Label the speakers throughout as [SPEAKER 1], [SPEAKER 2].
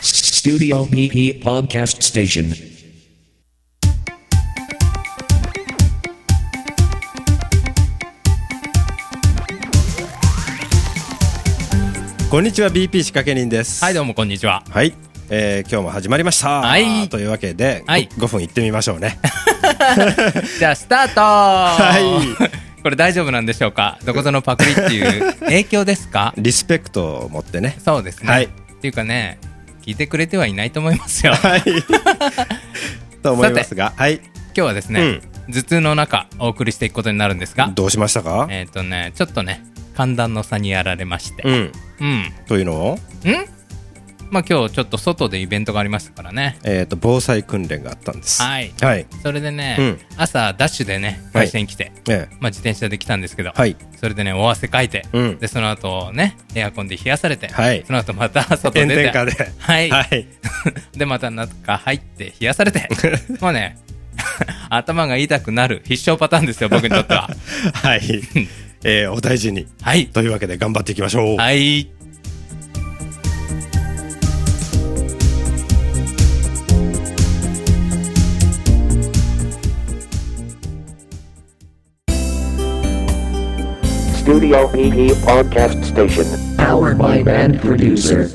[SPEAKER 1] Studio PP Podcast Station.
[SPEAKER 2] こんにちは BP 仕掛け人です。
[SPEAKER 3] はい、どうもこんにちは。
[SPEAKER 2] はい。えー今日も始まりました。
[SPEAKER 3] はい
[SPEAKER 2] というわけで、
[SPEAKER 3] はい
[SPEAKER 2] ご5分行ってみましょう ね。
[SPEAKER 3] じゃあ、スタート。
[SPEAKER 2] はい
[SPEAKER 3] これ大丈夫なんでしょうかどこぞのパクリっていう影響ですか
[SPEAKER 2] リスペクトを持ってね。
[SPEAKER 3] そうですね。
[SPEAKER 2] はい
[SPEAKER 3] っていうかね、聞いてくれてはいないと思いますよ。 今
[SPEAKER 2] はい。 と思いますが、はい。
[SPEAKER 3] 日はですね、頭痛の中、お送りしていくことになるんですが、
[SPEAKER 2] どうしましたか、
[SPEAKER 3] えっ、とね、ちょっとね、寒暖の差にやられまして。
[SPEAKER 2] うん。
[SPEAKER 3] うん。
[SPEAKER 2] というのを、
[SPEAKER 3] んまあ今日ちょっと外でイベントがありましたからね。
[SPEAKER 2] えっ、と、防災訓練があったんです。
[SPEAKER 3] はい
[SPEAKER 2] はい。
[SPEAKER 3] それでね、
[SPEAKER 2] うん
[SPEAKER 3] 朝ダッシュでね、
[SPEAKER 2] はい
[SPEAKER 3] 会社に来て、
[SPEAKER 2] え
[SPEAKER 3] まあ自転車で来たんですけど、
[SPEAKER 2] はい
[SPEAKER 3] それでね、大汗かいて、
[SPEAKER 2] うん
[SPEAKER 3] で、その後ね、エアコンで冷やされて、
[SPEAKER 2] はい
[SPEAKER 3] その後また 外
[SPEAKER 2] え炎
[SPEAKER 3] 出て、
[SPEAKER 2] 天下で。
[SPEAKER 3] はい
[SPEAKER 2] はい。
[SPEAKER 3] で、また中入って冷やさ れて、もうね、 頭が痛くなる必勝パターンですよ、僕にとっ ては。
[SPEAKER 2] はい。えーお大事に。
[SPEAKER 3] はい。
[SPEAKER 2] というわけで頑張っていきましょう。
[SPEAKER 3] はい。
[SPEAKER 4] Studio PP Podcast Station.
[SPEAKER 1] Powered by Band Producer.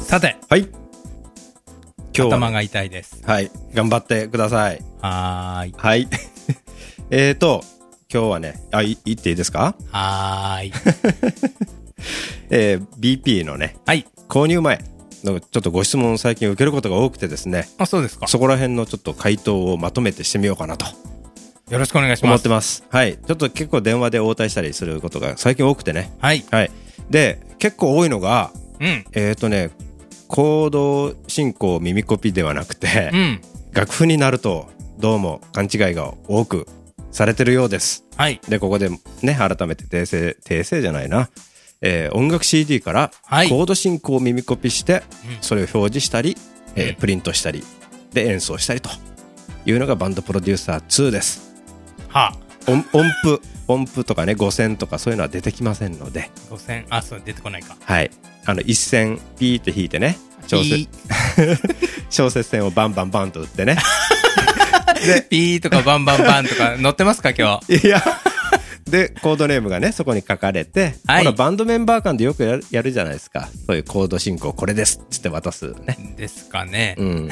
[SPEAKER 3] さて、
[SPEAKER 2] はい。今日
[SPEAKER 3] 頭
[SPEAKER 2] は、
[SPEAKER 3] が痛いです。
[SPEAKER 2] はい。頑張ってください。
[SPEAKER 3] はーい。
[SPEAKER 2] はい。 えーと、今日はね、あ、い言っていいですか
[SPEAKER 3] は ーい。
[SPEAKER 2] えー BP のね、
[SPEAKER 3] はい。
[SPEAKER 2] 購入前のちょっとご質問を最近受けることが多くてですね、
[SPEAKER 3] あ、そうですか。
[SPEAKER 2] そこら辺のちょっと回答をまとめてしてみようかなと
[SPEAKER 3] よろしくお願いし
[SPEAKER 2] 思
[SPEAKER 3] ま
[SPEAKER 2] っ
[SPEAKER 3] す
[SPEAKER 2] て。ます。はい。ちょっと結構電話で応対したりすることが最近多くてね。
[SPEAKER 3] はい。
[SPEAKER 2] はい。で、結構多いのが、
[SPEAKER 3] うん。
[SPEAKER 2] えっ、とね、行動進行耳コピではなくて、
[SPEAKER 3] うん。
[SPEAKER 2] 楽譜になるとどうも勘違いが多くされてるようです。
[SPEAKER 3] はい。
[SPEAKER 2] で、ここでね、改めて訂正、訂正じゃないな。えー音楽 CD から
[SPEAKER 3] はい
[SPEAKER 2] コード進行を耳コピして、
[SPEAKER 3] うん
[SPEAKER 2] それを表示したり、えー
[SPEAKER 3] うん
[SPEAKER 2] プリントしたり、で演奏したりというのがバンドプロデューサー2です。
[SPEAKER 3] はあ。
[SPEAKER 2] 音音符、音符とかね、5000とかそういうのは出てきませんので、
[SPEAKER 3] 5000、あ、そう、出てこないか。
[SPEAKER 2] はい。あの、1000ピーって弾いてね、小
[SPEAKER 3] ピ
[SPEAKER 2] 節、 小節線をバンバンバンと打ってね。
[SPEAKER 3] ー、ピーとかバンバンバンとか載ってますか、今日。
[SPEAKER 2] いや、 で、コードネームがね、そこに書かれて、
[SPEAKER 3] はい
[SPEAKER 2] ほら、バンドメンバー間でよくやるやるじゃないですか。そういうコード進行、これですっつって渡すね。
[SPEAKER 3] ですかね
[SPEAKER 2] う。 ん。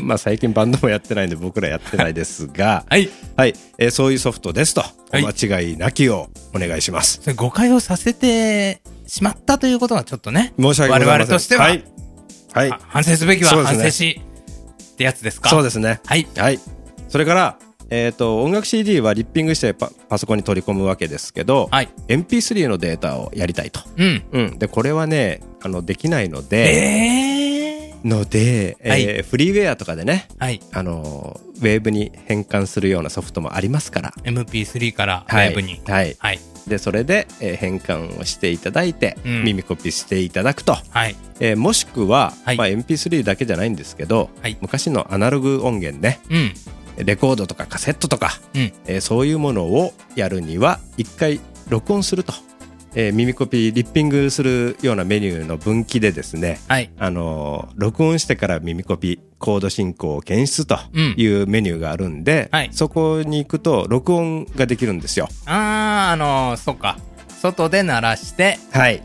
[SPEAKER 2] まあ、最近バンドもやってないんで、僕らやってないですが、
[SPEAKER 3] はい。
[SPEAKER 2] はい、えーそういうソフトですと、お
[SPEAKER 3] い
[SPEAKER 2] 間違いなきをお願いします。
[SPEAKER 3] それ誤解をさせてしまったということがちょっとね。
[SPEAKER 2] 申し訳ございません。
[SPEAKER 3] 我々としては、
[SPEAKER 2] はい。はい
[SPEAKER 3] あ。反省すべきは
[SPEAKER 2] そうです
[SPEAKER 3] 反
[SPEAKER 2] ね
[SPEAKER 3] 省し、ってやつですか
[SPEAKER 2] そうですね。
[SPEAKER 3] はい。
[SPEAKER 2] はい。それから、えっ、と、音楽 CD はリッピングしてパパソコンに取り込むわけですけど、
[SPEAKER 3] はい
[SPEAKER 2] MP3 のデータをやりたいと。
[SPEAKER 3] うん。
[SPEAKER 2] うん、でこれはねあのできないの
[SPEAKER 3] え
[SPEAKER 2] で、
[SPEAKER 3] え
[SPEAKER 2] ので、えー
[SPEAKER 3] はい
[SPEAKER 2] フリーウェアとかでね、
[SPEAKER 3] はい。
[SPEAKER 2] あのーウェーブに変換するようなソフトもありますから
[SPEAKER 3] MP3 からウェブに。
[SPEAKER 2] はいはい
[SPEAKER 3] はい。
[SPEAKER 2] でそれで、えー変換をしていただいて、
[SPEAKER 3] うん
[SPEAKER 2] 耳コピーしていただくと、
[SPEAKER 3] はい。
[SPEAKER 2] えーもしくは、
[SPEAKER 3] はい
[SPEAKER 2] まあ、MP3 だけじゃないんですけど、
[SPEAKER 3] はい
[SPEAKER 2] 昔のアナログ音源ね
[SPEAKER 3] うん。
[SPEAKER 2] レコードとかカセットとか、
[SPEAKER 3] うん。
[SPEAKER 2] えーそういうものをやるには一回録音すると、えー耳コピーリッピングするようなメニューの分岐でですね、
[SPEAKER 3] はい。
[SPEAKER 2] あの録音してから耳コピコード進行を検出というメニューがあるんで、
[SPEAKER 3] はい
[SPEAKER 2] そこに行くと録音ができるんですよ。
[SPEAKER 3] あー、あのー、そうか。外で鳴らして、
[SPEAKER 2] はい。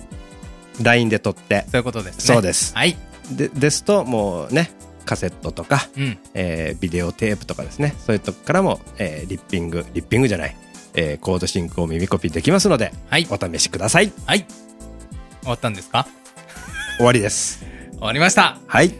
[SPEAKER 2] LINE で撮って。
[SPEAKER 3] そういうことですね。
[SPEAKER 2] そうです
[SPEAKER 3] はい。
[SPEAKER 2] でですともうねカセットとか、
[SPEAKER 3] うん。
[SPEAKER 2] えービデオテープとかですねそういうとこからも、えーリッピングリッピングじゃない、えーコード進行を耳コピできますので、
[SPEAKER 3] はい
[SPEAKER 2] お試しください。
[SPEAKER 3] はい。終わったんですか
[SPEAKER 2] 終わりです。
[SPEAKER 3] 終わりました。
[SPEAKER 2] はい。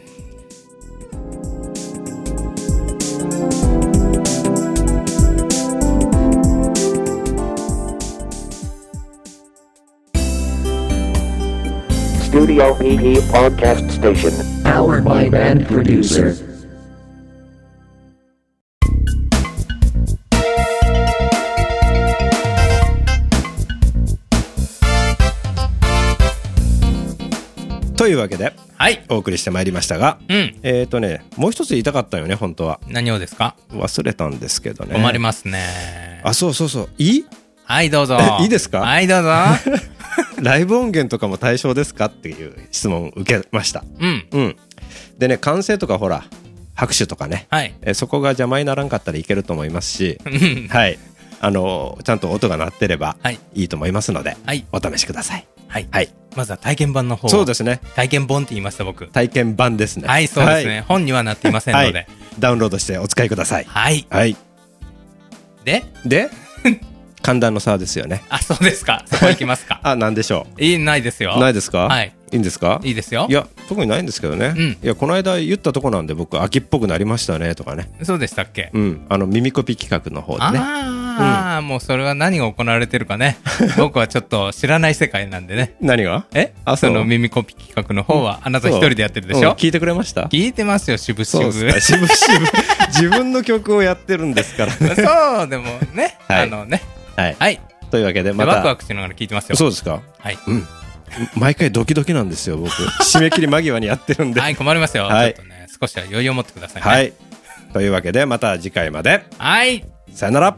[SPEAKER 4] Studio PP Podcast Station.
[SPEAKER 1] Powered by Band Producer.
[SPEAKER 2] とというわけで
[SPEAKER 3] はい。
[SPEAKER 2] お送りしてまいりましたが、
[SPEAKER 3] うん。
[SPEAKER 2] えっ、とねもう一つ言いたかったよね本当は
[SPEAKER 3] 何をですか
[SPEAKER 2] 忘れたんですけどね
[SPEAKER 3] 困りますね。
[SPEAKER 2] あそうそうそうい い。
[SPEAKER 3] はい、どうぞ
[SPEAKER 2] いいですか
[SPEAKER 3] はい、どうぞ。
[SPEAKER 2] ライブ音源とかも対象ですかっていう質問を受けました
[SPEAKER 3] うん。
[SPEAKER 2] うんでね歓声とかほら拍手とかね、
[SPEAKER 3] はい。
[SPEAKER 2] えーそこが邪魔にならんかったらいけると思いますしはいあのーちゃんと音が鳴ってれば
[SPEAKER 3] はい
[SPEAKER 2] いいと思いますので、
[SPEAKER 3] はい
[SPEAKER 2] お試しください
[SPEAKER 3] はい。
[SPEAKER 2] はい
[SPEAKER 3] まずは体験版の方。
[SPEAKER 2] そうですすね
[SPEAKER 3] 体験本って言いました、僕。
[SPEAKER 2] 体験版ですね
[SPEAKER 3] はい、そうですね。
[SPEAKER 2] はい
[SPEAKER 3] 本にはなっていませんの
[SPEAKER 2] はい
[SPEAKER 3] で。
[SPEAKER 2] ダウンロードしてお使いください
[SPEAKER 3] はい。
[SPEAKER 2] はい
[SPEAKER 3] で、
[SPEAKER 2] で 寒暖の差ですよね
[SPEAKER 3] あ、そうですか。そこ行きますか。
[SPEAKER 2] あなんでしょ
[SPEAKER 3] いい、ないですよ。
[SPEAKER 2] うないですか
[SPEAKER 3] はい。
[SPEAKER 2] いいんですか
[SPEAKER 3] いいですよ
[SPEAKER 2] い。や特にないんですけどね、
[SPEAKER 3] うん
[SPEAKER 2] いやこの間言ったとこなんで僕秋っぽくなりましたねとかね
[SPEAKER 3] そうでしたっけ
[SPEAKER 2] うんあの耳コピ企画の方でね
[SPEAKER 3] ああ、もうそれは何が行われてるか ね。僕はちょっと知らない世界なんでね。
[SPEAKER 2] 何が
[SPEAKER 3] え
[SPEAKER 2] あ
[SPEAKER 3] そ
[SPEAKER 2] そう
[SPEAKER 3] の耳コピ企画の方はあなた一人でやってるでし
[SPEAKER 2] そうう
[SPEAKER 3] ょ
[SPEAKER 2] ん聞いてくれました
[SPEAKER 3] 聞いてますよ、渋
[SPEAKER 2] そう
[SPEAKER 3] 々。
[SPEAKER 2] です
[SPEAKER 3] そ
[SPEAKER 2] か渋々 自分の曲をやってるんですからね
[SPEAKER 3] う、でもね。
[SPEAKER 2] はい
[SPEAKER 3] あのね。
[SPEAKER 2] はい
[SPEAKER 3] はい。
[SPEAKER 2] というわけでまた
[SPEAKER 3] ワクワクしながら聞いてますよ。
[SPEAKER 2] そうですか
[SPEAKER 3] はい。
[SPEAKER 2] うん毎回ドキドキなんですよ 僕締め切り間際にやってるんで
[SPEAKER 3] は
[SPEAKER 2] はい、
[SPEAKER 3] い、困りますよ。ちょ
[SPEAKER 2] はい
[SPEAKER 3] っとね、少しは余裕を持ってくださいね。
[SPEAKER 2] というわけでまた次回まで
[SPEAKER 3] はい。
[SPEAKER 2] さよなら